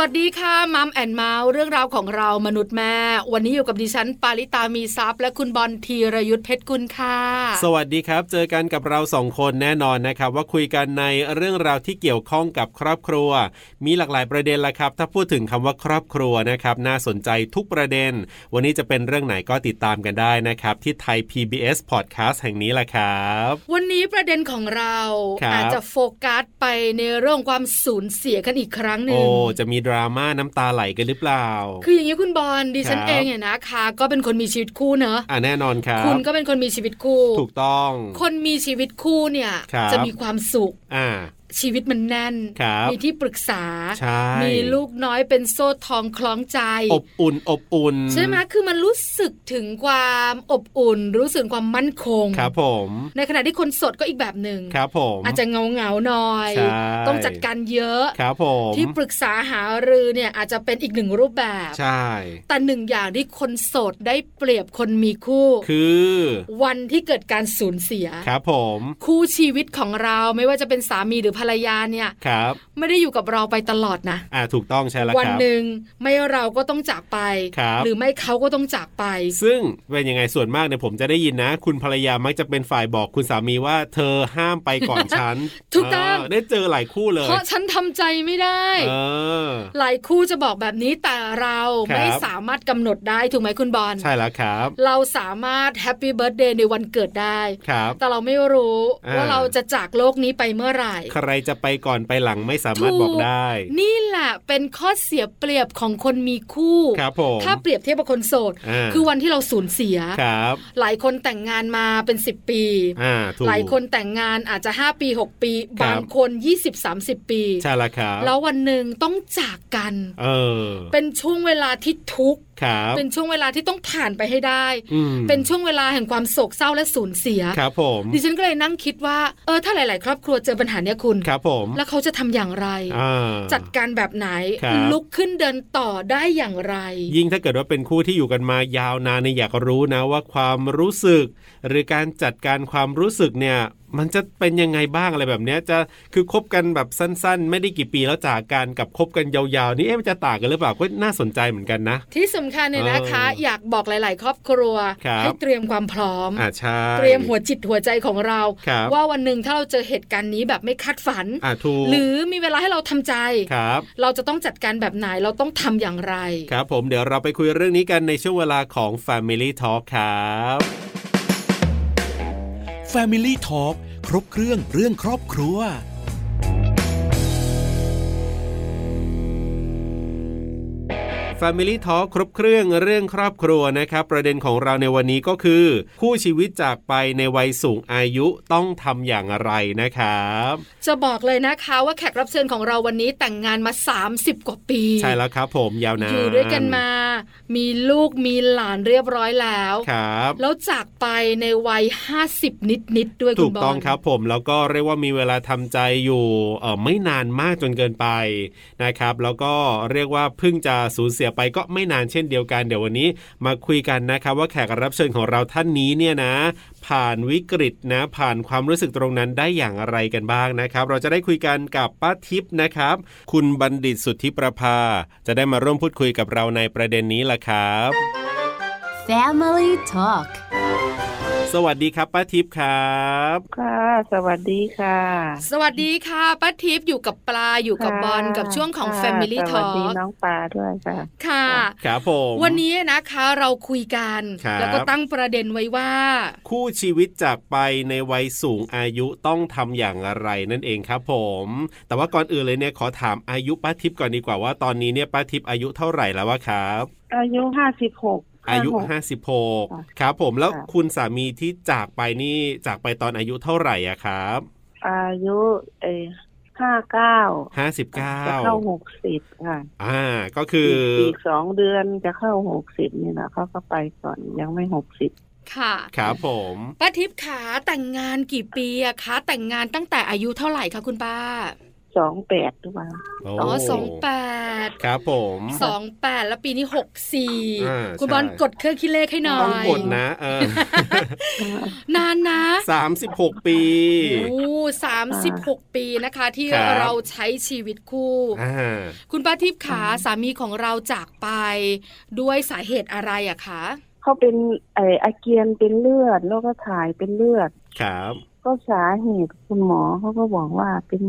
สวัสดีค่ะมัมแอนเมาส์เรื่องราวของเรามนุษย์แม่ วันนี้อยู่กับดิฉัน ปาริตามีซัพย์ และคุณบอลธีรยุทธเพชรกุลค่ะ สวัสดีครับ เจอกันกับเราสองคนแน่นอนนะครับ ว่าคุยกันในเรื่องราวที่เกี่ยวข้องกับครอบครัว มีหลากหลายประเด็นละครับ ถ้าพูดถึงคำว่าครอบครัวนะครับ น่าสนใจทุกประเด็น วันนี้จะเป็นเรื่องไหนก็ติดตามกันได้นะครับ ที่ไทย PBS Podcast แห่งนี้ละครับ วันนี้ประเด็นของเรา ครับ อาจจะโฟกัสไปในเรื่องความสูญเสียกันอีกครั้งหนึ่ โอ้ ง จะมีดราม่าน้ำตาไหลกันหรือเปล่า คืออย่างนี้คุณบอลดิฉัน ครับ เองเนี่ยนะคะ ก็เป็นคนมีชีวิตคู่เนอะ อ่าแน่นอนครับ คุณก็เป็นคนมีชีวิตคู่ ถูกต้อง คนมีชีวิตคู่เนี่ย ครับ จะมีความสุข อ่า ชีวิตมันแน่น ครับ มีที่ปรึกษา ใช่ มีลูกน้อยเป็นโซ่ทองคล้องใจ อบอุ่นอบอุ่น ใช่ไหมคือมันรู้สึกถึงความอบอุ่น รู้สึกถึงความมั่นคง ครับผม ในขณะที่คนโสดก็อีกแบบหนึ่ง ครับผม อาจจะเงาเงาๆหน่อย ใช่ ต้องจัดการเยอะ ครับผม ที่ปรึกษาหารือเนี่ยอาจจะเป็นอีกหนึ่งรูปแบบ ใช่ แต่หนึ่งอย่างที่คนโสดได้เปรียบคนมีคู่ คือ วันที่เกิดการสูญเสีย ครับผม คู่ชีวิตของเราไม่ว่าจะเป็นสามีหรือภรรยาเนี่ย ครับ ไม่ได้อยู่กับเราไปตลอดนะ อ่าถูกต้องใช่แล้ว วั ครับ หนึ่งไม่เราก็ต้องจากไป ครับ หรือไม่เขาก็ต้องจากไป ซึ่งเป็นยังไงส่วนมากเนี่ยผมจะได้ยินนะ คุณภรรยามักจะเป็นฝ่ายบอกคุณสามีว่า เธอห้ามไปก่อนฉัน ถูกต้อง เได้เจอหลายคู่เลย เพราะฉันทำใจไม่ได้ เออ หลายคู่จะบอกแบบนี้แต่เรา ครับ ไม่สามารถกำหนดได้ถูกไหมคุณบอล ใช่แล้วครับ เราสามารถแฮปปี้เบิร์ a เดย์ในวันเกิดได้ ครับ แต่เราไม่รู้ อ่า ว่าเราจะจากโลกนี้ไปเมื่อไหร่ ใครจะไปก่อนไปหลังไม่สามารถบอกได้ นี่แหละเป็นข้อเสียเปรียบของคนมีคู่ ครับผม ถ้าเปรียบเทียบกับคนโสด า คือวันที่เราสูญเสีย ครับ หลายคนแต่งงานมาเป็น 10 ปี อ่าถูก หลายคนแต่งงานอาจจะ 5 ปี 6 ปี ครับ า บ งคน 20-30 ปี ใช่แล้วครับ แล้ววันหนึ่งต้องจากกัน เออ เป็นช่วงเวลาที่ทุกข์ ครับ เป็นช่วงเวลาที่ต้องผ่านไปให้ได้ อืม เป็นช่วงเวลาแห่งความโศกเศร้าและสูญเสีย ครับผม ดิฉันก็เลยนั่งคิดว่า เออ ถ้าหลาย ๆ ครอบครัวเจอปัญหาเนี้ยคุณ ครับผม แล้วเขาจะทำอย่างไร อ่า จัดการแบบไหน ครับ ลุกขึ้นเดินต่อได้อย่างไร ยิ่งถ้าเกิดว่าเป็นคู่ที่อยู่กันมายาวนานเนี่ยอยากรู้นะว่าความรู้สึก หรือการจัดการความรู้สึกเนี่ย มันจะเป็นยังไงบ้างอะไรแบบเนี้ยจะคือคบกันแบบสั้น ๆ ไม่ได้กี่ปีแล้วจากกันกับคบกันยาวๆนี่เอ๊ะมันจะต่างกันหรือเปล่าก็น่าสนใจเหมือนกันนะ ที่สำคัญเนี่ยนะคะ เออ อยากบอกหลาย ๆ ครอบครัว ครับ ให้เตรียมความพร้อม อ่าใช่ เตรียมหัวจิตหัวใจของเรา ครับ ว่าวันหนึ่งถ้าเราเจอเหตุการณ์นี้แบบไม่คาดฝัน อ่าถูก หรือมีเวลาให้เราทำใจ ครับ เราจะต้องจัดการแบบไหนเราต้องทำอย่างไร ครับผมเดี๋ยวเราไปคุยเรื่องนี้กันในช่วงเวลาของ Family Talk ครับ Family Talk ครบเครื่องเรื่องครอบครัว Family Talk ครบเครื่องเรื่องครอบครัวนะครับ ประเด็นของเราในวันนี้ก็คือ คู่ชีวิตจากไปในวัยสูงอายุต้องทำอย่างไรนะครับ จะบอกเลยนะคะว่าแขกรับเชิญของเราวันนี้แต่งงานมา 30 กว่าปี ใช่แล้วครับผมยาวนาน อยู่ด้วยกันมา มีลูกมีหลานเรียบร้อยแล้ว ครับ แล้วจากไปในวัย 50 นิดนิดๆด้วย ถู คุ ก ณบอล ต้องครับผมแล้วก็เรียกว่ามีเวลาทำใจอยู่เออไม่นานมากจนเกินไปนะครับ แล้วก็เรียกว่าเพิ่งจะสูญเสียไปก็ไม่นานเช่นเดียวกัน เดี๋ยววันนี้มาคุยกันนะครับ ว่าแขกรับเชิญของเราท่านนี้เนี่ยนะ ผ่านวิกฤตนะ ผ่านความรู้สึกตรงนั้นได้อย่างไรกันบ้างนะครับ เราจะได้คุยกันกับป้าทิพย์นะครับ คุณบัณฑิตสุทธิประภา จะได้มาร่วมพูดคุยกับเราในประเด็นนี้ล่ะครับ Family Talk สวัสดีครับป้าทิพย์ครับ ค่ะ สวัสดีค่ะ สวัสดีค่ะป้าทิพย์อยู่กับปลาอยู่กับบอล ค่ะ กับช่วงของ ค่ะ Family สวัส Talk ดีน้องปลาด้วยค่ะ ค่ะ ครับผม วันนี้นะคะเราคุยกัน ครับ แล้วก็ตั้งประเด็นไว้ว่า คู่ชีวิตจากไปในวัยสูงอายุต้องทำอย่างไรนั่นเองครับผม แต่ว่าก่อนอื่นเลยเนี่ยขอถามอายุป้าทิพย์ก่อนดีกว่าว่าตอนนี้เนี่ยป้าทิพย์อายุเท่าไหร่แล้ววะครับ อายุห้าสิบหก อายุ56ครับผมแล้ว ค่ะ คุณสามีที่จากไปนี่จากไปตอนอายุเท่าไหร่อะครับ อายุเอห้าเก้าจะเข้าห 59 กสิบค่ะ อ่าก็คือก กสองเดือนจะเข้าหกสิบนี่นะเขาก็ไปก่อนยังไม่หกสิบ ค่ะ ครับผม ป้าทิพย์ขาแต่งงานกี่ปีอะคะแต่งงานตั้งแต่อายุเท่าไหร่คะคุณป้า สองแปดหรือเปล่า อ๋อสองแปด ครับผม สองแปดแล้วปีนี้หกสี่ อ่า คุณบอล ใช่ กดเครื่องคิดเลขให้หน่อย ต้องกดนะเอ อน านนะ สามสิบหกปี โอ้สามสิบหกปีนะคะ ที่ ครับ เราใช้ชีวิตคู่ อ่า คุณป้าทิพย์ขาสามีของเราจากไป ด้วยสาเหตุอะไรอะคะ เขาเป็นไอออาเจียนเป็นเลือดแล้วก็ถ่ายเป็นเลือด ครับ ก็สาเหตุคุณหมอเขาก็บอกว่าเป็น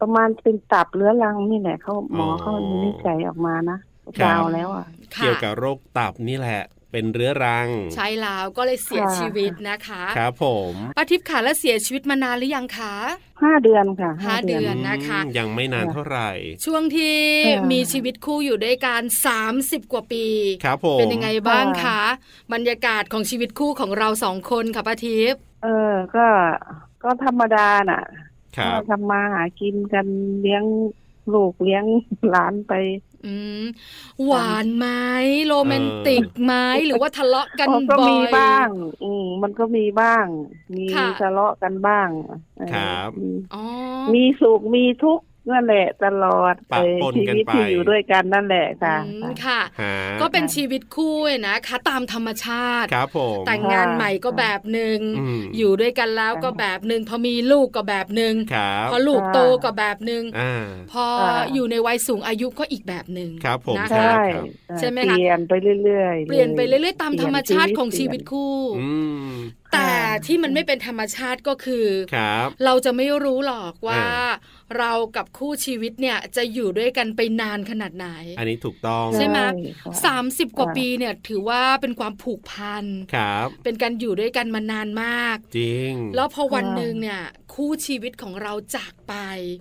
ประมาณเป็นตับเรื้อรังนี่แหละเขาหมอเขามีนิจัยออกมานะครับ ดาวแล้วอ่ะ ค่ะ เกี่ยวกับโรคตับนี่แหละ เป็นเรื้อรัง ใช่แล้วก็เลยเสีย ค่ะ ชีวิตนะคะ ครับผม ป้าทิพย์ขาและเสียชีวิตมานานหรือยังคะ ห้าเดือนค่ะ ห้าเดือ นะคะ อืมยังไม่นานเท่าไหร่ ช่วงที่ ค่ะ มีชีวิตคู่อยู่ด้วยกัน 30 กว่าปี ครับผม เป็นยังไงบ้างคะ บรรยากาศของชีวิตคู่ของเราสองคนค่ะป้าทิพย์ เออ ก็ก็ธรรมดาน่ะ ครับ ก็ทำมาหากินกันเลี้ยงลูกเลี้ยงหลานไป อืมหวานไหมโรแมนติกไหมหรือว่าทะเลาะกัน มันก็ บ่อย มีบ้าง อืมมันก็มีบ้าง มี ค่ะ ทะเลาะกันบ้างเออ ครับ มี อ๋อ มีสุขมีทุกข์นั่นแหละตลอด ปะ เออ ปน ชี กัน วิต ไป ที่อยู่ด้วยกันนั่นแหละค่ะ อืมค่ะ หา ก็เป็นชีวิตคู่นะคะ ตามธรรมชาติ ครับผม แต่งงานใหม่ก็แบบหนึ่ง อืม อยู่ด้วยกันแล้วก็แบบหนึ่งพอมีลูกก็แบบหนึ่ง ครับ พอลูก ค่ะ โตก็แบบหนึ่ง อ่า พออยู่ในวัยสูงอายุก็อีกแบบหนึ่ง ครับผม นะ ใช คะ ่ ครับ เออ ใช่ไหมคะ เปลี่ยนไปเรื่อยๆ เปลี่ยนไปเรื่อยๆตามธรรมชาติของชีวิต เปลี่ยน คู่ อืม แต่ ค่ะ ที่มันไม่เป็นธรรมชาติก็คือ ครับ เราจะไม่รู้หรอกว่า อ่า เรากับคู่ชีวิตเนี่ยจะอยู่ด้วยกันไปนานขนาดไหน อันนี้ถูกต้อง ใช่ไหม ค่ะ สามสิบกว่า ค่ะ ปีเนี่ยถือว่าเป็นความผูกพัน ครับ เป็นการอยู่ด้วยกันมานานมาก จริง แล้วพอวันหนึ่งเนี่ย คู่ชีวิตของเราจากไป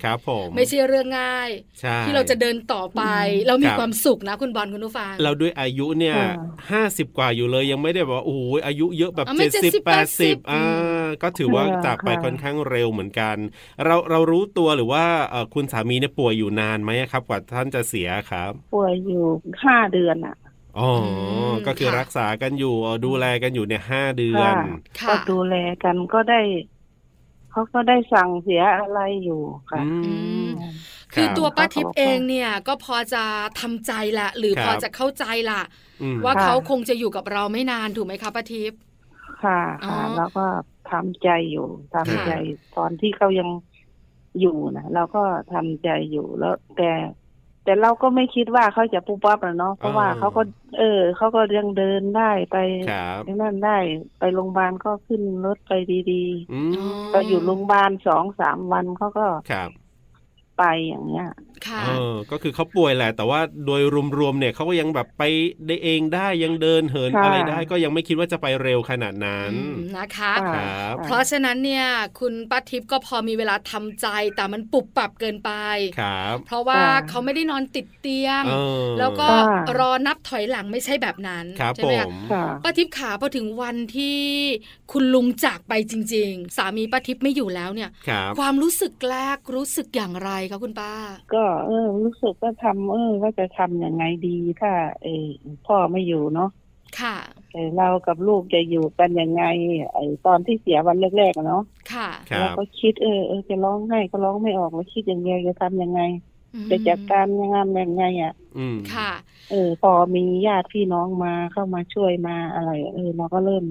ครับผม ไม่ใช่เรื่องง่าย ใช่ ที่เราจะเดินต่อไป เรามี ครับ ความสุขนะคุณบอลคุณนุฟัง เราด้วยอายุเนี่ย ค่ะ ห้าสิบกว่าอยู่เลยยังไม่ได้แบบว่าโอ้โหอายุเยอะแบบ อ่ะไม่ เจ็ดสิบ 70 แปดสิบ อื อ่าม ก็ถือว่า ค่ะ จากไป ค่ะ ค่อนข้างเร็วเหมือนกัน เราเรารู้ตัวหรือว่าเอ่อคุณสามีเนี่ยป่วยอยู่นานไหมครับ กว่าท่านจะเสียครับ ป่วยอยู่ห้าเดือนอ่ะ อ๋อ ม ก็คือ ค่ะ รักษากันอยู่เอ่อดูแลกันอยู่เนี่ยห้าเดือนค่ะค่ะก็ดูแลกันก็ได้เขาก็ได้สั่งเสียอะไรอยู่ค่ะ อืม ม คือตัวป้าทิพย์ เขาบอกว่า เองเนี่ยก็พอจะทำใจละหรือ ครัพบอจะเข้าใจละ อืม ว่าเขาคงจะอยู่กับเราไม่นานถูกไหมคะป้าทิพย์ ค่ะ อ๋อ ค่ะแล้วก็ทำใจอยู่ทำใจ ค่ะ ตอนที่เขายังอยู่นะเราก็ทำใจอยู่แล้ว แต่ แต่เราก็ไม่คิดว่าเขาจะปุ๊บปั๊บนะเนาะเพราะว่าเขาก็ เออเขาก็ยังเดินได้ไป ครับ ไอ้นั่นได้ไปโรงพยาบาลก็ขึ้นรถไปดี อืม ๆ ก็อยู่โรงพยาบาลสองสามวันเขาก็ ครับ ไปอย่างเงี้ย ค่ะ เออก็คือเขาป่วยแหละ แต่ว่าโดยรวมๆเนี่ยเขาก็ยังแบบไปได้เองได้ยังเดินเหิน ค่ะ อะไรได้ก็ยังไม่คิดว่าจะไปเร็วขนาดนั้น อืมนะคะ ค่ะ ครับ ค่ะ เพราะฉะนั้นเนี่ย คุณป้าทิพย์ก็พอมีเวลาทำใจแต่มันปุบปับเกินไป ครับ เพราะว่า อ่า เขาไม่ได้นอนติดเตียง เออ แล้วก็ อ่าร อนับถอยหลังไม่ใช่แบบนั้น ครับ ใช่ ผ ไหมคะ ม ค่ะ ป้าทิพย์ขาพอถึงวันที่คุณลุงจากไปจริง ๆ สามีป้าทิพย์ไม่อยู่แล้วเนี่ย ครับ ความรู้สึกแรกรู้สึกอย่างไรคะคุณป้า ก็เออรู้สึกว่าทำเออว่าจะทำยังไงดีถ้าเออพ่อไม่อยู่เนาะ ค่ะ เออเรากับลูกจะอยู่กันยังไงไอตอนที่เสียวันแรกๆอะเนาะ ค่ะ ค เรา รับ ก็คิดเออเออจะร้องไห้ก็ร้องไม่ออกแล้วคิดอย่างเดียวจะทำยังไง อืม จะจัดการงานยังไงอ่ะ อืม ค่ะ เออพอมีญาติพี่น้องมาเข้ามาช่วยมาอะไร เออเราก็เริ่ม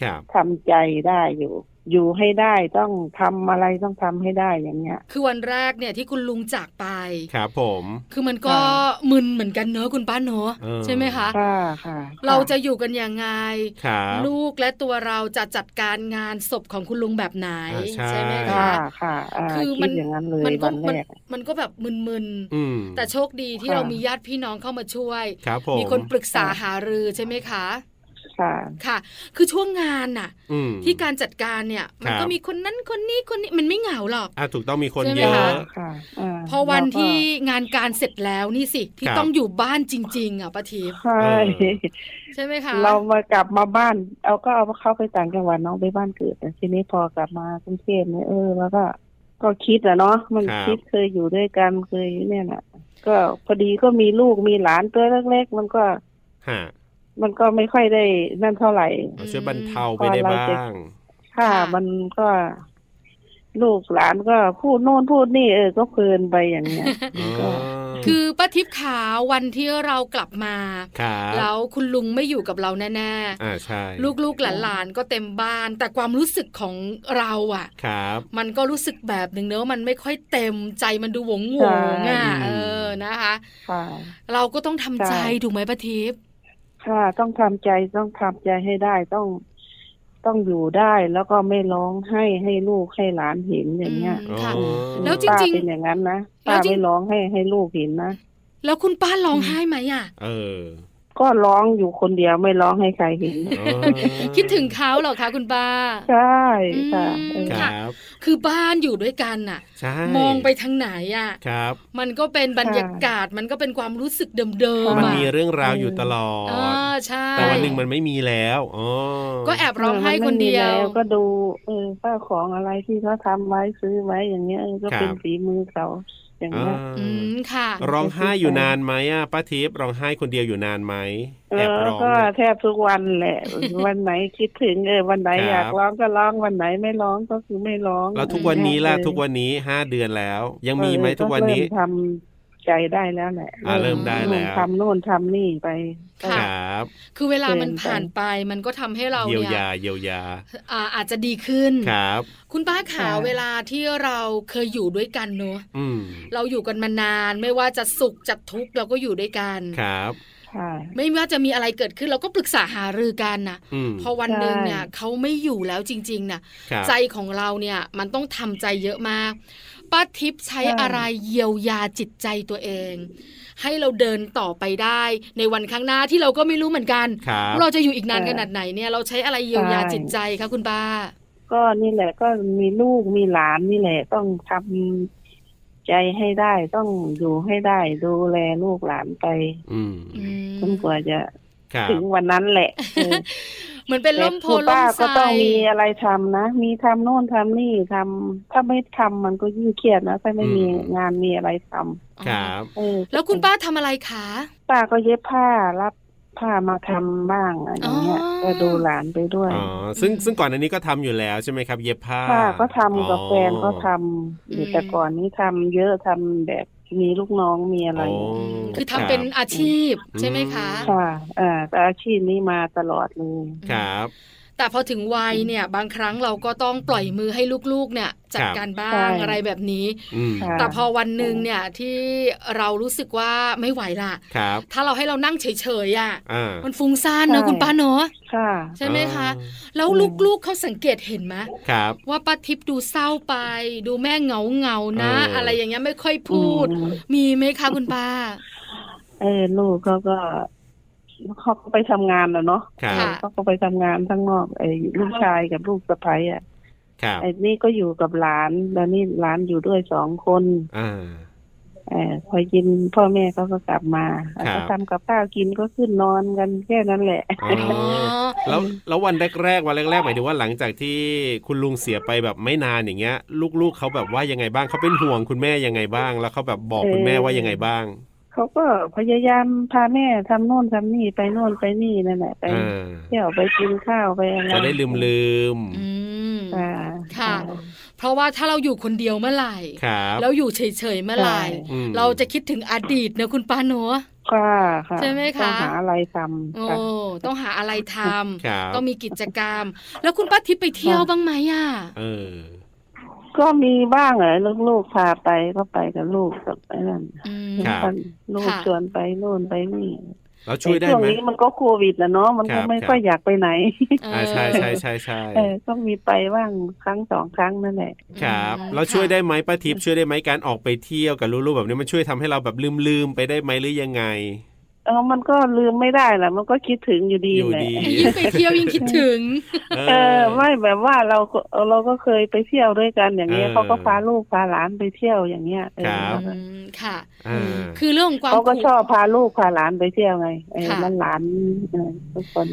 ครับ ทำใจได้อยู่ อยู่ให้ได้ต้องทำอะไรต้องทำให้ได้อย่างเงี้ย คือวันแรกเนี่ยที่คุณลุงจากไป ครับผม คือมันก็ ค่ะ มึนเหมือนกันเนอะคุณป้าเนอะ เออ ใช่ไหมคะ ค่ะค่ะ เราจะอยู่กันยังไง ครับ ลูกและตัวเราจะจัดการงานศพของคุณลุงแบบไหน อ่าใช่ ไหม ค่ะ คะ ค่ะอ่า คือมั คิ น ดอย่างนั้นเลย มันก็ วัน มัน แรก มันก็แบบมึน อืม ๆ แต่โชคดีที่ ค่ะ เรามีญาติพี่น้องเข้ามาช่วย ครับผม มีคนปรึกษาหารือใช่ไหมคะ ค่ะ ค่ะ คือช่วงงานน่ะ อืม ที่การจัดการเนี่ยมัน ครับ ก็มีคนนั้นคนนี้คนนี้มันไม่เหงาหรอก อ่ะถูกต้องมีคน ใช่ไหม เยอะ คะ ค่ะา พอวัน แล้วก็ ที่งานการเสร็จแล้วนี่สิ ที่ ครับ ต้องอยู่บ้านจริง ๆ อ่ะป้าทิพย์ ใช่ เออ ใช่ไหมคะ เรามากลับมาบ้านเอาก็เอาเข้าไปต่างจังหวัดเน้องไปบ้านเกิดแต่ทีนี้พอกลับมากรุงเทพเนี่ยเออแล้วก็ก็คิดแหละเนาะมัน ครับ คิดเคยอยู่ด้วยกันเคยเนี่ยน่ะ ก็พอดีก็มีลูกมีหลานตัวเล็กๆมันก็ ฮะ มันก็ไม่ค่อยได้นั่นเท่าไหร่ เอาช่วยบรรเทาไปได้ พอเรา บ้า จะ ง ค่ะ ค่ะ มันก็ ลูกหลานก็พูดโน่นพูดนี่เออก็เพลินไปอย่างเงี้ย อ๋อ ก็ คือป้าทิพย์ขาวันที่เรากลับมา ครับ แล้วคุณลุงไม่อยู่กับเราแน่ อ่าใช่ ๆ ลูกๆหลานๆก็เต็มบ้าน แต่ความรู้สึกของเราอ่ะ ครับ มันก็รู้สึกแบบหนึ่งเนอะมันไม่ค่อยเต็มใจมันดูหวงหวงๆ ใช่ อ่ะเออ อืม นะคะ ค่ะ เราก็ต้องทำใจ ใช่ ถูกไหมป้าทิพย์ ค่ะต้องทำใจต้องทำใจให้ได้ต้องต้องอยู่ได้แล้วก็ไม่ร้องให้ให้ลูกให้หลานเห็นอย่างเงี้ย มค่ะ อ๋อ แล้วจริงๆ ป้าเป็นอย่างนั้นนะ แล้ว ป้า จริง ไม่ร้องให้ให้ลูกเห็นนะ แล้วคุณป้าร้องไห้ไหมอ่ะ เออ ก็ร้องอยู่คนเดียวไม่ร้องให้ใครเห็น อ๋อ คิดถึงเขาเหรอคะคุณป้า ใช่ค่ะ อืม เออ ครับ คือบ้านอยู่ด้วยกันน่ะ ใช่ มองไปทางไหนอ่ะ ครับ มันก็เป็นบรรยากาศมันก็เป็นความรู้สึกเดิม ค่ะ ๆ มัน อะ มีเรื่องราวอยู่ตลอด อ่าใช่ แต่วันหนึ่งมันไม่มีแล้วอ๋อ ก็แอบร้องไห้คนเดียว มัไม่มีแล้ก็ดูเออข้าวของอะไรที่เขาทำไว้ซื้อไว้อย่างเงี้ยเออก็เป็นฝีมือเขาอย่าง อ่า เงี้ย อืมค่ะ ร้องไห้อยู่นานไหมอ่ะป้าทิพย์ร้องไห้คนเดียวอยู่นานไหม เอ แอบ อ ร้อง ก็ เนี่ย แทบทุกวันแหละ วันไหนคิดถึงเออวันไหน ครับ อยากร้องก็ร้องวันไหนไม่ร้องก็คือไม่ร้อง แล้วทุกวันนี้ล่ะ เออ ทุกวันนี้ห้าเดือนแล้ว ยังมีไหม เออ ทุกวันนี้ เริ่มทำใจได้แล้วแหละ อ่าเริ่มได้แล้ว ทำโน่นทำนี่ไป ค่ะ ครับ คือเวลามันผ่านไปมันก็ทำให้เรา เยียว เนี่ย ยาเยียวยา อ่าอาจจะดีขึ้น ครับ คุณป้าขา ค่ะ เวลาที่เราเคยอยู่ด้วยกันเนอะ อืม เราอยู่กันมานานไม่ว่าจะสุขจะทุกข์เราก็อยู่ด้วยกัน ครับ ค่ะ ไม่ว่าจะมีอะไรเกิดขึ้นเราก็ปรึกษาหารือกันนะ อืม พอวันหนึ่งเนี่ย ใช่ เขาไม่อยู่แล้วจริงๆน่ะ ครับ ใจของเราเนี่ยมันต้องทำใจเยอะมากป้าทิพย์ใช้ ใช่ อะไรเยียวยาจิตใจตัวเอง ให้เราเดินต่อไปได้ ในวันข้างหน้าที่เราก็ไม่รู้เหมือนกัน ครับ ว่าเราจะอยู่อีกนานขนาดไหนเนี่ยเราใช้อะไรเยียวยาจิตใจคะคุณป้า ก็นี่แหละก็มีลูกมีหลานนี่แหละ ต้องทำใจให้ได้ต้องอยู่ให้ได้ ดูแลลูกหลานไป อืม อืม จนกว่าจะ ครับ ถึงวันนั้นแหละเออ เหมือนเป็นล่มโพ แต่คุณ ล่ ป้าม ไท ก็ต้อง ร มีอะไรทำนะ มีทำโน่นทำนี่ทำถ้าไม่ทำมันก็ยิ่งเครียดนะ ถ้าไม่มีงานมีอะไรทำ ครับ เออ แล้วคุณป้าทำอะไรคะ ป้าก็เย็บผ้ารับผ้ามาทำบ้างอะไรอย่างเงี้ย อ๋อ ก็ดูหลานไปด้วย อ๋อซึ่ง อืม ซึ่งก่อนอันนี้ก็ทำอยู่แล้วใช่ไหมครับ เย็บผ้า ป้าก็ทำกับ อ๋อ แฟนก็ทำอยู่แต่ก่อนนี้ทำเยอะทำแบบมีลูกน้องมีอะไร โ อืมคือทำ รับ เป็นอาชีพ อืม ใช่ไหมคะ ค่ะเอ่าแต่อาชีพนี้มาตลอดเลย ครับ แต่พอถึงวัยเนี่ยบางครั้งเราก็ต้องปล่อยมือให้ลูกๆเนี่ยจัด ครับ การบ้า ใช่ งอะไรแบบนี้ อืม ค่ะ แต่พอวันหนึ่งเนี่ยที่เรารู้สึกว่าไม่ไหวละ ครับ ถ้าเราให้เรานั่งเฉยๆอ่ะ อ่า มันฟุ้งซ่านเนอะ ใช่ คุณป้าเนอะ ค่ะ ใช่ไหมคะ อ่า แล้วลูกๆเขาสังเกตเห็นไหม ครับ ว่าป้าทิพย์ดูเศร้าไป ดูแม่เหงาเงาๆนะ เอออ อะไรอย่างเงี้ยไม่ค่อยพูด อืม มีไหมคะคุณป้า เออลูกเขาก็เขาก็ไปทำงานแล้วเนาะ ครับ ค่ะ เขาก็ไปทำงานข้างนอกไอ้ลูกชายกับลูกสะใภ้อ่ะ ครับ ไอ้นี่ก็อยู่กับหลานแล้วนี่หลานอยู่ด้วยสองคน อ่า เออพอกินพ่อแม่เขาก็กลับมา ครับ ก็ทำกับข้าวกินก็ขึ้นนอนกันแค่นั้นแหละ อ๋ อ๋อ อ แล้วแล้ววันแรกๆวันแรกๆหมายถึงว่าหลังจากที่คุณลุงเสียไปแบบไม่นานอย่างเงี้ย ลูกๆเขาแบบว่ายังไงบ้างเขาเป็นห่วงคุณแม่ยังไงบ้าง แล้วเขาแบบบอกคุณแม่ว่ายังไงบ้าง เขาก็พยายามพาแม่ทำโน่นทำนี่ไปโน่นไปนี่นั่นแหละไป อ่า เที่ยวไปกินข้าวไปอะไร จะได้ลืมลืม อืม อ่า ค่ะ เพราะว่าถ้าเราอยู่คนเดียวเมื่อไหร่ ครับ แล้วอยู่เฉยๆเมื่อไหร่ อืม เราจะคิดถึงอดีตนะคุณป้าเนอะ ค่ะค่ะ ใช่ไหมคะ ต้องหาอะไรท โอ้ ำค่ะ ต้องหาอะไรคทำ รับ ต้องมีกิจกรรม แล้วคุณป้าทิพย์ไปเที่ยว ค่ะ บ้างไหมอ่ะ เออ ก็มีบ้างเหรอลูกๆพาไปก็ไปกับลูกกับไอ้นั่น อืม ครับลูก ค่ะ ชวนไปโน่นไปนี่ แล้วช่วยได้ แต่ช่วง ไหม นี้มันก็โควิดนะเนาะมัน ครั ก็ บ ไม่ ครับ ค่อยอยากไปไหน เออ อ่าใช่ใช่ใช่ใช่ เออ ก็มีไปบ้างครั้งสองครั้งนั่นแหละ ครับ อืม แล้วช่วย ค่ะ ได้ไหมป้าทิพย์ช่วยได้ไหมการออกไปเที่ยวกับลูกๆแบบนี้มันช่วยทำให้เราแบบลืมลืมๆไปได้ไหมหรือยังไง เออมันก็ลืมไม่ได้แหละมันก็คิดถึงอยู่ดี อยู่ แหละ ดี ยิ่งไปเที่ยวยิ่งคิดถึง เอ เออไม่แบบว่าเราก็เราก็เคยไปเที่ยวด้วยกันอย่างเงี้ย เออ เขาก็พาลูกพาหลานไปเที่ยวอย่างเงี้ยเออ ครับ อืมค่ะ อ่า คือเรื่องของความ เขาก็ ผูก ชอบพาลูกพาหลานไปเที่ยวไงเออ ค่ะ แล้วหลานเออทุกคน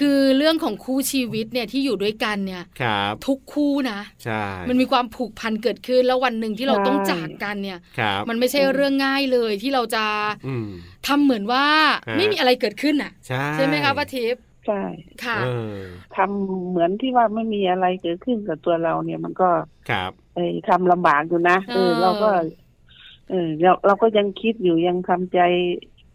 คือเรื่องของคู่ชีวิตเนี่ยที่อยู่ด้วยกันเนี่ย ครับ ทุกคู่นะ ใช่ มันมีความผูกพันเกิดขึ้นแล้ววันหนึ่งที่เรา ใช่ ต้องจากกันเนี่ย ครับ มันไม่ใช่เรื่องง่ายเลยที่เราจะ อืม ทำเหมือนว่า ฮะ ไม่มีอะไรเกิดขึ้นอ่ะ ใช่ ใช่ไหมคะป้าทิพย์ ใช่ ค่ะ เออ ทำเหมือนที่ว่าไม่มีอะไรเกิดขึ้นกับตัวเราเนี่ยมันก็ ครับ เอยทำลำบากอยู่นะเอเอออเราก็ เออเราเราก็ยังคิดอยู่ยังทำใจ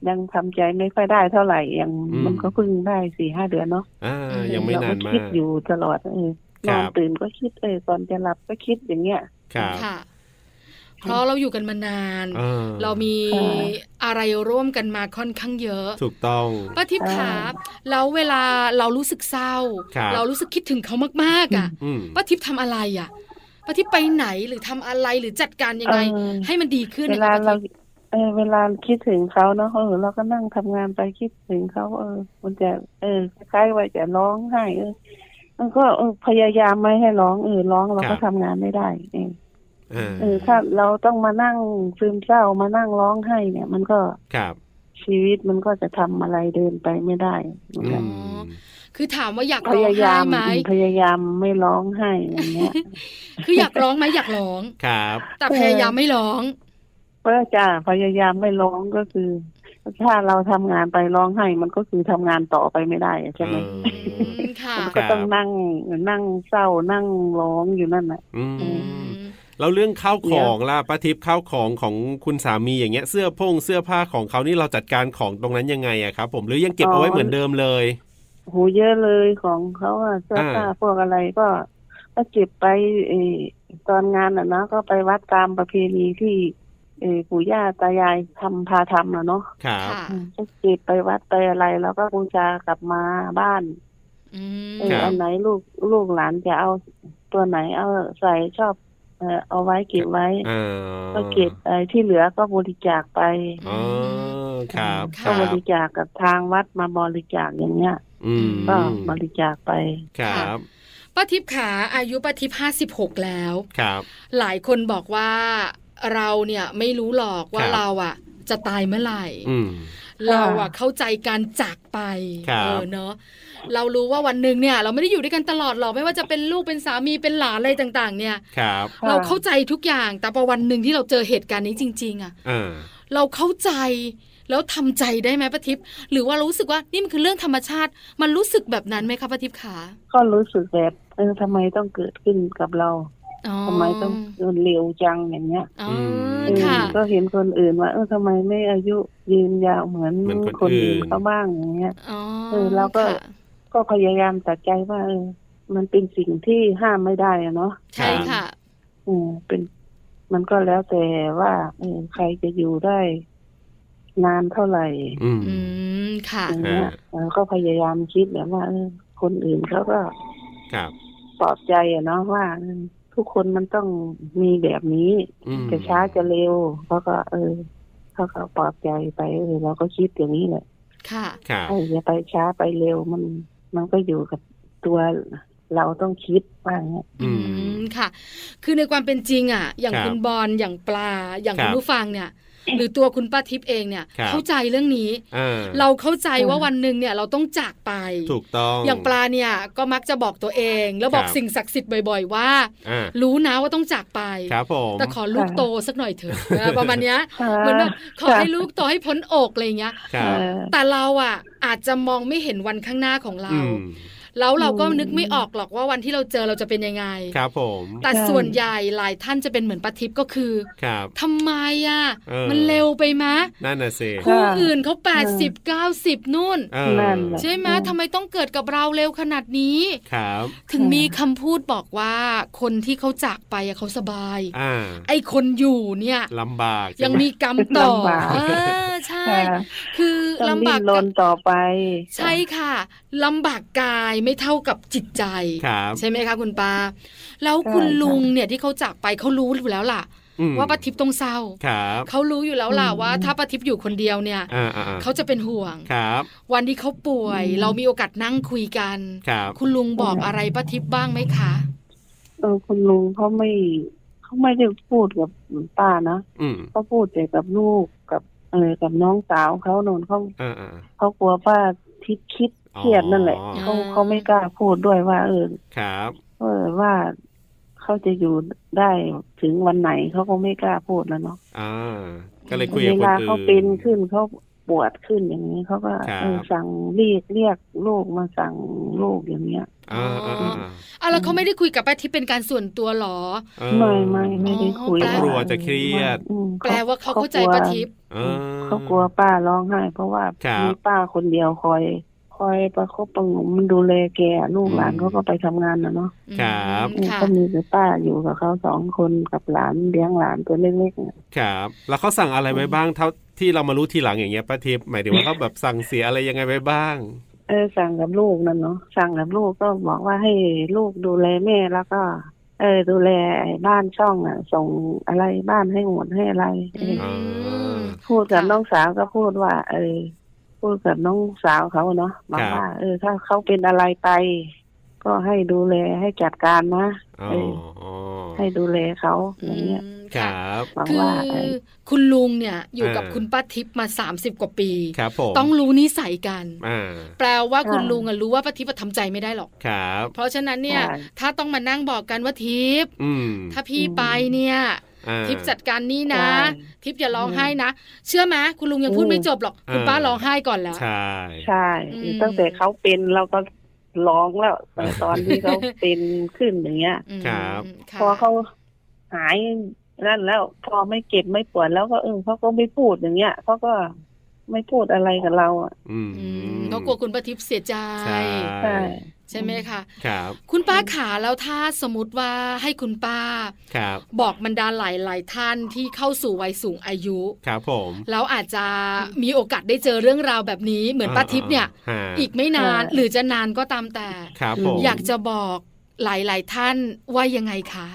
ยังทำใจไม่ค่อยได้เท่าไหร่ยัง อืม มันก็เพิ่งได้สี่ห้าเดือนเนาะ อ่า อืม ยังไม่ เรา นาน ก็ มา คิด ก อยู่ตลอดเออ คนรั อบ นตื่นก็คิดเออก่อนจะหลับก็คิดอย่างเงี้ย ครับ ค่ะ เพราะเราอยู่กันมานาน ออ เรามี ค่ะ อะไรร่วมกันมาค่อนข้างเยอะ ถูกต้อง ป้าทิพย์ขาแล้วเวลาเรารู้สึกเศร้า ครับ เรารู้สึกคิดถึงเขามากๆอ่ะ อืม ป้าทิพย์ทำอะไรอ่ะป้าทิพย์ไปไหนหรือทำอะไรหรือจัดการยังไง เออ ให้มันดีขึ้น เว นะ ลา คะ เรา ป้าทิพย์ เออเวลาคิดถึงเขาเนาะเออเราก็นั่งทำงานไปคิดถึงเขาเออ มันจะ เออคล้ายๆว่าจะร้องไห้เออมันก็เออพยายามไม่ให้ร้องเออร้องเรา ครั ก็ บ ทำงานไม่ได้เออ อ่า เออถ้าเราต้องมานั่งซึมเศร้ามานั่งร้องไห้เนี่ย มันก็ ครับ ชีวิตมันก็จะทำอะไรเดินไปไม่ได้เหมือน อื กัน ม คือถามว่าอยาก พ ร้อง ยายา ไห้ ม ไหม อืมพยายามไม่ร้องไห้อย่างเงี้ย คืออยากร้องไหมอยากร้อง ครับ แต่ เออ พยายามไม่ร้อง เพราะจ้าพยายามไม่ร้องก็คือ ถ้าเราทำงานไปร้องไห้มันก็คือทำงานต่อไปไม่ได้อะใช่ไหม อืมค่ะ มันก็ต้องนั่งนั่งเศร้านั่งร้องอยู่นั่นแหละ อืม อืม แล้วเรื่องข้าวของล่ะป้าทิพย์ข้าวของของคุณสามีอย่างเงี้ยเสื้อพงเสื้อผ้าของเขานี่เราจัดการของตรงนั้นยังไงอะครับ ผมหรือยังเก็บเอาไว้ อ๋อ เหมือนเดิมเลย โหเยอะเลยของเขาอะเสื้อผ้า อ่า พวกอะไรก็ก็เก็บไปเออตอนงานอ่ะนะก็ไปวัดตามประเพณีที่เออปู่ย่าตายายทำพาทำอะเนาะ ครับ ค่ะ ก็เก็บไปวัดไปอะไร แล้วก็บูชากลับมาบ้าน อืม เอ ค อ รับ อันไหนลูกลูกหลานจะเอาตัวไหนเอาใส่ชอบเออเอาไว้เก็บไว้ อ่า ก็เก็บไอ้ที่เหลือก็บริจาคไป อ๋อครับค ก็ รั บบ ริจาคกับทางวัดมาบริจาคอย่างเงี้ย อืม ก็บริจาคไป ครับ ป้าทิพย์ขาอายุป้าทิพย์ห้าสิบหกแล้ว ครับ หลายคนบอกว่าเราเนี่ยไม่รู้หรอกว่า ครับ เราอ่ะ จะตายเมื่อไหร่ อืม เราอ่ะเข้าใจการจากไป ครับ เออเนอะเรารู้ว่าวันหนึ่งเนี่ย เราไม่ได้อยู่ด้วยกันตลอดหรอกไม่ว่าจะเป็นลูกเป็นสามีเป็นหลานอะไรต่าง ๆ เนี่ย ครับ ค่ะ เราเข้าใจทุกอย่างแต่พอวันหนึ่งที่เราเจอเหตุการณ์นี้จริง ๆอ่ะ อ่า เราเข้าใจแล้วทำใจได้ไหมป้าทิพย์หรือว่ารู้สึกว่านี่มันคือเรื่องธรรมชาติ มันรู้สึกแบบนั้นไหมคะป้าทิพย์ขา ก็รู้สึกแบบเออทำไมต้องเกิดขึ้นกับเรา อ๋อ ทำไมต้องเร็วจังอย่างเงี้ย อ๋อ เอ อ อ ค่ะ ก็เห็นคนอื่นว่าเออทำไมไม่อายุยืนยาวเหมือนคนอื่นเขาบ้างอย่างเงี้ย อ๋อ เออเราก็ ค่ะ ก็พยายามตัดใจว่าเออมันเป็นสิ่งที่ห้ามไม่ได้อะเนาะ ใช่ค่ะ เออเป็น มันก็แล้วแต่ว่าเออใครจะอยู่ได้ นานเท่าไหร่ อืม อืมค่ะ อย่างเงี้ย อ่า เราก็พยายามคิดแบบว่าเออคนอื่นเขาก็ ครับ ปลอบใจอะเนาะว่าเออทุกคนมันต้องมีแบบนี้ อืม จะช้าจะเร็วเขาก็ เออเขาก็ปลอบใจไปเออเราก็คิดอย่างนี้แหละ ค่ะ ครับ เอออย่าไปช้าไปเร็วมัน มันก็อยู่กับตัวเราต้องคิดว่าอย่างเงี้ย อื อืม มค่ะ คือในความเป็นจริงอ่ะ อย่าง ครับ คุณบอลอย่างปลาอย่าง ครับ คุณผู้ฟังเนี่ย หรือตัวคุณป้าทิพย์เองเนี่ย ครับ เข้าใจเรื่องนี้ อ่า เราเข้าใจ อืม ว่าวันหนึ่งเนี่ย เราต้องจากไป ถูกต้อง อย่างปลาเนี่ยก็มักจะบอกตัวเอง แล้วบอก ครับ สิ่งศักดิ์สิทธิ์บ่อย ๆ ว่า อ่า รู้นะว่าต้องจากไป ครับผม แต่ขอลูก ค่ะ โตสักหน่อยเถอะนะ ประมาณเนี้ย ค่ะ เหมือนแบบขอ ค่ะ ให้ลูกโตให้พ้นอกอะไรอย่างเงี้ย ครับ เออ แต่เราอ่ะ อาจจะมองไม่เห็นวันข้างหน้าของเรา อืม แล้วเราก็ อืม นึกไม่ออกหรอกว่าวันที่เราเจอเราจะเป็นยังไง ครับผม แต่ส่วนใหญ่หลายท่านจะเป็นเหมือนปาทิพย์ก็คือ ครับ ทำไมอ่ะ เออ มันเร็วไปมะ นั่นน่ะสิ ค่ะ คู่อื่นเขาแปดสิบเก้าสิบนู่น เออ นั่นแหละ ใช่ไหม อืม ทำไมต้องเกิดกับเราเร็วขนาดนี้ ครับ ถึงมีคำพูดบอกว่าคนที่เขาจากไปอะเขาสบาย อ่า ไอ้คนอยู่เนี่ย ลำบาก ยังมีกรรมต่อ ลำบาก เออใช่ ค่ะ คือ ต้อง ลำ ดิ้ บาน ก ร กาน ย ต่อไป ใช่ค่ะลำบากกายไม่เท่ากับจิตใจ ครับ ใช่ไหมคะคุณปาแล้ว ใช่ คุณ ค่ะ ลุงเนี่ยที่เขาจากไปเขารู้อยู่แล้วล่ะ อืม ว่าป้าทิพย์ต้องเศร้า ครับ เขารู้อยู่แล้วล่ะ อืม ว่าถ้าป้าทิพย์อยู่คนเดียวเนี่ย อ่าอ่าอ่า เขาจะเป็นห่วง ครับ วันที่เขาป่วย เรามีโอกาสนั่งคุยกัน ครับ คุณลุงบอกอะไรป้าทิพย์บ้างไหมคะ เออคุณลุงเขาไม่เขาไม่ได้พูดกับป้านะ อืม เขาพูดแต่กับลูกกับเออกับน้องสาวเขาโนนเขา อ่าอ่า เขากลัวว่าทิดคิดเครียดนั่นแหละ อ๋อ เขา อ่า เขาไม่กล้าพูดด้วยว่า เออ ครับ เออว่าเขาจะอยู่ได้ถึงวันไหนเขาก็ไม่กล้าพูดนะเนาะ อ่าก็เลยคุยกับ เว คน ลา อื่น เขาเป็นขึ้นเขา ปวดขึ้นอย่างนี้เขาก็ ครับ เออสั่งเรียกเรียกลูกมาสั่งลูกอย่างเงี้ย อ่าอ่าอ่า อ่ะแล้วเขาไม่ได้คุยกับป้าทิพย์เป็นการส่วนตัวหรอ เออ ไม่ไม่ไม่ได้คุย อ๋อ กลัวจะเครียด อืม แปลว่าเขาเข้าใจป้าทิพย์ อ่ เขากลัวป้าร้องไห้ เพราะว่า ครับ มีป้าคนเดียวคอย คอยประคบประหงมดูแลแกลูกหลานเขาก็ไปทำงานนะเนาะ อืม ครับ ค่ะ ก็มีแต่ป้าอยู่กับเขาสองคนกับหลานเลี้ยงหลานตัวเล็กๆน่ะ ครับ แล้วเขาสั่งอะไรไว้บ้างเท่าที่เรามารู้ทีหลังอย่างเงี้ยป้าทิพย์หมายถึงว่าเขาแบบสั่งเสียอะไรยังไงไว้บ้าง เออสั่งกับลูกนั่นเนาะสั่งกับลูกก็บอกว่าให้ลูกดูแลแม่แล้วก็ เออดูแลไอ้บ้านช่องอ่ะ ส่งอะไรบ้านให้หมดให้อะไรเอ อื อ ม อ เออ พูดกับ ค่ะ น้องสาวก็พูดว่า เออ พูดกับน้องสาวเขาเนาะบอกว่า เออ ถ้าเขาเป็นอะไรไป ก็ให้ดูแลให้จัดการนะ อ๋อ เออ อ๋อ ให้ดูแลเขาอ อื ย่างเงี้ย ม คระ ับ หวัง คือ ว่าเออ คุณลุงเนี่ยอยู่กับ เออ คุณป้าทิพย์มา 30 กว่าปี ครับผม ต้องรู้นิสัยกัน อ่า แปลว่าคุณลุงอะรู้ว่าป้าทิพย์อะทำใจไม่ได้หรอก ครับ เพราะฉะนั้นเนี่ยถ้าต้องมานั่งบอกกันว่าทิพย์ อืม ถ้าพี่ไปเนี่ย อ่า ทิพย์จัดการนี่นะ ทิพย์อย่าร้องไห้นะ เชื่อไหมคุณลุงยังพูดไม่จบหรอก คุณ เออ ป้าร้องไห้ก่อนแล้ว ใช่ ใช่ อืม ตั้งแต่เขาเป็นเราก็ร้องแล้วแต่ตอนที่เขาเป็นขึ้นอย่างเงี้ย อืม ครับ ค่ะ พอเขาหายนั่นแล้ว พอไม่เก็บไม่ปวดแล้วก็เออเขาก็ไม่พูดอย่างเงี้ยเขาก็ไม่พูดอะไรกับเราอ่ะ อืม อืมเขากลัวคุณป้าทิพย์เสียใจ ใช่ ใช่ ใช่ไหมคะ ครับ คุณป้าขาแล้วถ้าสมมติว่าให้คุณป้า ครับ บอกบรรดาหลายหลายๆท่านที่เข้าสู่วัยสูงอายุ ครับผม แล้วอาจจะมีโอกาสได้เจอเรื่องราวแบบนี้เหมือนป้าทิพย์เนี่ย ฮะ อีกไม่นาน ใช่ หรือจะนานก็ตามแต่ ครับผม อยากจะบอกหลายหลายๆท่านว่ายังไงคะ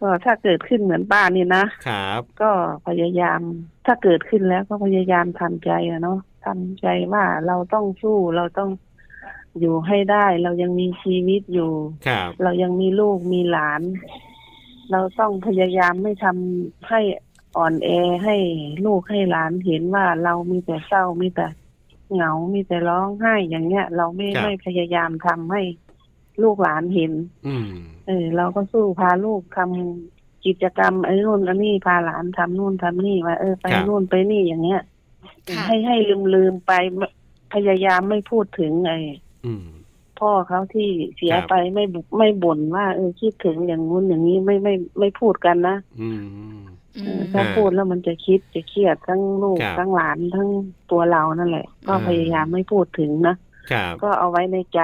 ก็ถ้าเกิดขึ้นเหมือนป้านี่นะครับ ก็พยายาม ถ้าเกิดขึ้นแล้วก็พยายามทำใจอะเนาะทำใจว่าเราต้องสู้เราต้องอยู่ให้ได้ เรายังมีชีวิตอยู่ ครับ เรายังมีลูกมีหลาน เราต้องพยายามไม่ทำให้อ่อนแอให้ลูกให้หลานเห็นว่าเรามีแต่เศร้ามีแต่เหงา มีแต่ร้องไห้อย่างเงี้ย เราไม่ ครับ ไม่พยายามทำให้ลูกหลานเห็น อืม เออ เราก็สู้พาลูกทำกิจกรรมไอ้นู่นอันนี่พาหลานทำนู่นทำนี่ว่าเออไป ครับ นู่นไปนี่อย่างเงี้ย ค่ะ ให้ให้ลืมลืมๆไปพยายามไม่พูดถึงไอ อืม พ่อเขาที่เสีย ครับ ไปไม่บุไม่บ่นว่าเออคิดถึงอย่างงู้นอย่างนี้ไม่ไม่ไม่พูดกันนะ อืม อื เออ ม ถ้าพูดแล้วมันจะคิดจะเครียดทั้งลูก ครับ ทั้งหลานทั้งตัวเรานั่นแหละ ก็ อืม พยายามไม่พูดถึงนะครับก็เอาไว้ในใจ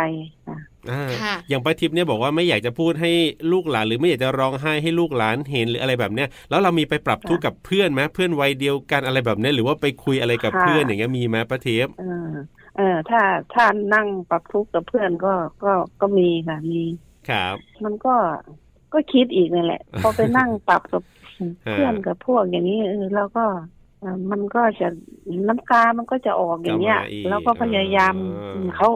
นะ อ่า ค่ะ อย่างป้าทิพย์เนี่ยบอกว่าไม่อยากจะพูดให้ลูกหลานหรือไม่อยากจะร้องไห้ให้ลูกหลานเห็นหรืออะไรแบบเนี้ยแล้วเรามีไปปรับทุกข์กับเพื่อนไหมเพื่อนวัยเดียวกันอะไรแบบเนี้ยหรือว่าไปคุยอะไรกับเพื่อนอย่างเงี้ยมีไหมป้าทิพย์ เออเออถ้าถ้านั่งปรับทุกข์กับเพื่อนก็ก็ก็มีค่ะมี ครับ มันก็ก็คิดอีกนั่นแหละ พอไปนั่งปรับกับเพื่อนกับพวกอย่างนี้เออเราก็เอ่อมันก็จะน้ำตามันก็จะออกอย่างเงี้ย กลับมาอีก แล้วก็พยายาม เออ เขา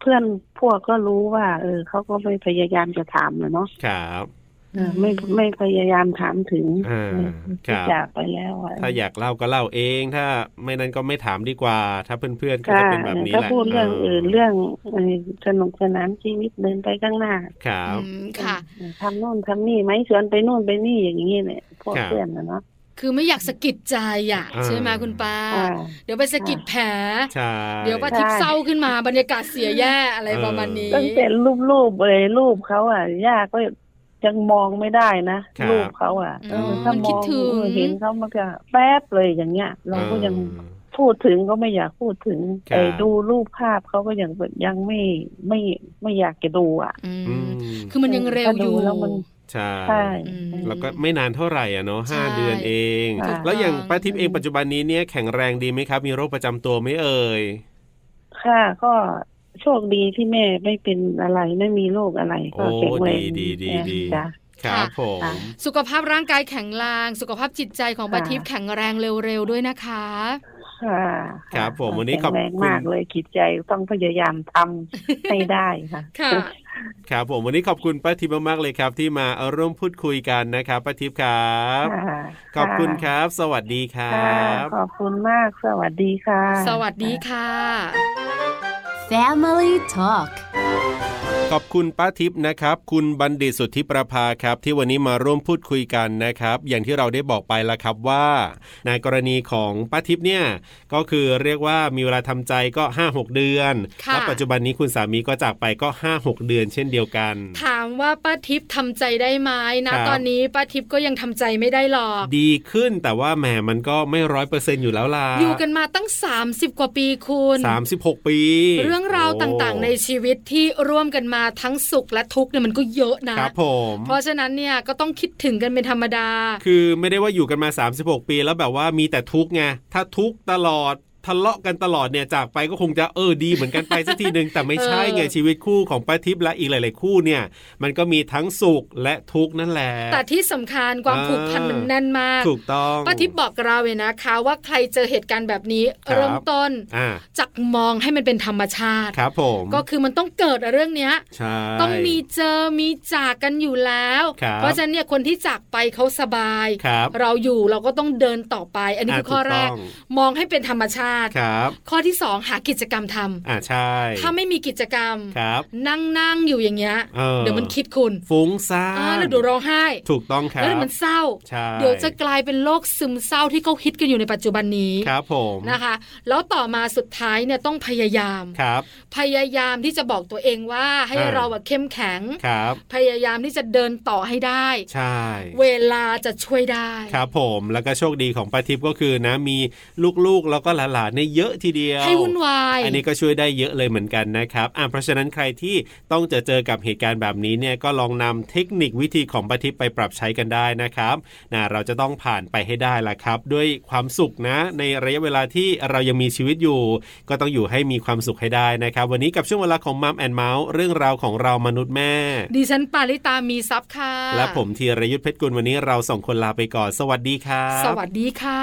เพื่อนพวกก็รู้ว่า เออเขาก็ไม่พยายามจะถามนะเนาะ ครับ เออไม่ไม่พยายามถามถึง อ่าค ที่ รับ จากไปแล้วอะ ถ้าอยากเล่าก็เล่าเอง ถ้าไม่นั้นก็ไม่ถามดีกว่า ถ้าเพื่อนๆก็ ค่ะ จะเป็นแบบนี้ ถ้า แหละ พูดเรื่องอื่นเรื่องเอ่อสนุกสนานชีวิตเดินไปข้างหน้า ครับ อืมค่ะ เออทำโน่นทำนี่ไหมชวนไปโน่นไปนี่อย่างนี้เนี่ยพวก ครับ เพื่อนนะเนาะ คือไม่อยากสะกิดใจอ่ะ อ่า ใช่ไหมคุณป้า อ่า เดี๋ยวไปสะกิดแผล ใช่ เดี๋ยวป้าทิพย์เศร้าขึ้นมาบรรยากาศเสียแย่อะไรประมาณนี้ ตั้งแต่รูปรูปๆเลยรูปเขาอ่ะย่าก็ยังมองไม่ได้นะครับ รูปเขาอ่ะ อืม เออถ้าม คิด อง ถึง เออเห็นเขามันก็แป๊บเลยอย่างเงี้ย เราก็ยัง อ่า พูดถึงก็ไม่อยากพูดถึง ครับ ไอ้ดูรูปภาพเขาก็ยังแบบยังไม่ไม่ไม่อยากจะดูอ่ะ อืม อืม คือมันยังเร็วอยู่ ถ้าดูแล้วมัน ใช่ ใช่ อืม แล้วก็ไม่นานเท่าไหร่อ่ะเนาะห้า ใช่ เดือนเอง ถูกต้อง แล้วอย่างป้าทิพย์เองปัจจุบันนี้เนี่ยแข็งแรงดีไหมครับ มีโรคประจำตัวไหมเอ่ย ค่ะก็โชคดีที่แม่ไม่เป็นอะไรไม่มีโรคอะไร ก็ โอ้ แข็งแรง ดีดีดีดี จ้ะ ครับ ค่ะ ผม ค่ะ สุขภาพร่างกายแข็งแรงสุขภาพจิตใจของป้าทิพย์แข็งแรงเร็วๆด้วยนะคะ ค่ะ ครับผมวันนี้ข แข็ อบ งแรง คุณ มากเลยคิดใจต้องพยายามทำให้ได้ค่ะ ค่ะ ครับ ผมวันนี้ขอบคุณป้าทิพย์มากๆเลยครับ ที่มาร่วมพูดคุยกันนะครับป้าทิพย์ครับ ค่ะ ขอบคุณคะ รับ สวัสดีครั ค่ะ บ ขอบคุณมาก สวัสดีค่ะ สวัสดีค่ะ Family Talk ขอบคุณป้าทิพย์นะครับ คุณบัณฑิตสุทธิประภาครับ ที่วันนี้มาร่วมพูดคุยกันนะครับ อย่างที่เราได้บอกไปแล้วครับว่า ในกรณีของป้าทิพย์เนี่ยก็คือเรียกว่ามีเวลาทำใจก็ 5 6 เดือน ค่ะ และปัจจุบันนี้คุณสามีก็จากไปก็ 5 6 เดือนเช่นเดียวกัน ถามว่าป้าทิพย์ทำใจได้ไหมนะครับ ตอนนี้ป้าทิพย์ก็ยังทำใจไม่ได้หรอก ดีขึ้นแต่ว่าแหมมันก็ไม่ร้อยเปอร์เซ็นต์อยู่แล้วล่ะ อยู่กันมาตั้ง 30 กว่าปีคุณ สามสิบหกปี เรื่องราว โ ต่างๆ ในชีวิตที่ร่วมกันมาทั้งสุขและทุกข์เนี่ยมันก็เยอะนะ ครับผม เพราะฉะนั้นเนี่ยก็ต้องคิดถึงกันเป็นธรรมดา คือไม่ได้ว่าอยู่กันมา 36 ปีแล้วแบบว่ามีแต่ทุกข์ไง ถ้าทุกข์ตลอดทะเลาะกันตลอดเนี่ยจากไปก็คงจะเออดีเหมือนกันไปสักทีหนึ่งแต่ไม่ใช่ไง เออ ชีวิตคู่ของป้าทิพย์และอีกหลาย ๆ คู่เนี่ย มันก็มีทั้งสุขและทุกข์นั่นแหละ แต่ที่สำคัญความ อ่า ผูกพันมันแน่นมาก ถูกต้อง ป้าทิพย์บอกเราเลยนะคะว่าใครเจอเหตุการณ์แบบนี้ ครับ เริ่มต้น อ่า จากมองให้มันเป็นธรรมชาติ ครับผม ก็คือมันต้องเกิดเรื่องเนี้ย ใช่ ต้องมีเจอมีจากกันอยู่แล้ว ครับ เพราะฉะนั้นเนี่ยคนที่จากไปเขาสบาย ครับ เราอยู่เราก็ต้องเดินต่อไป อันนี้ า คือข้อ ถู แรก ต้ง มองให้เป็นธรรมชาติ ครับ ข้อที่สองหากิจกรรมทำ อ่าใช่ ถ้าไม่มีกิจกรรม ครับ นั่งนั่งอยู่อย่างเงี้ย ออ เดี๋ยวมันคิดคุณ ฟุ้งซ่า อ่าน แล้วเดี๋ยวร้องไห้ ถูกต้องครั แล้ว บ เดี๋ยวมันเศร้า ใช่ เดี๋ยวจะกลายเป็นโรคซึมเศร้าที่เขาฮิตกันอยู่ในปัจจุบันนี้ ครับผม นะคะ แล้วต่อมาสุดท้ายเนี่ยต้องพยายาม ครับ พยายามที่จะบอกตัวเองว่าให้ อ่า เราอะเข้มแข็ง ครับ พยายามที่จะเดินต่อให้ได้ ใช่ เวลาจะช่วยได้ ครับผมแล้วก็โชคดีของป้าทิพย์ก็คือนะมีลูกๆแล้วก็หลานๆเนี่ยเยอะทีเดียว ให้วุ่นวาย อันนี้ก็ช่วยได้เยอะเลยเหมือนกันนะครับอ่ะเพราะฉะนั้นใครที่ต้องเจอเจอกับเหตุการณ์แบบนี้เนี่ยก็ลองนำเทคนิควิธีของป้าทิพย์ไปปรับใช้กันได้นะครับนะเราจะต้องผ่านไปให้ได้ละครับ ด้วยความสุขนะ ในระยะเวลาที่เรายังมีชีวิตอยู่ ก็ต้องอยู่ให้มีความสุขให้ได้นะครับ วันนี้กับช่วงเวลาของมัมแอนเมาส์เรื่องราวของเรามนุษย์แม่ ดิฉันปาริตามีซับค่ะ และผมธีรยุทธเพชรกุลวันนี้เราส่งคนลาไปก่อน สวัสดีครับ สวัสดีค่ะ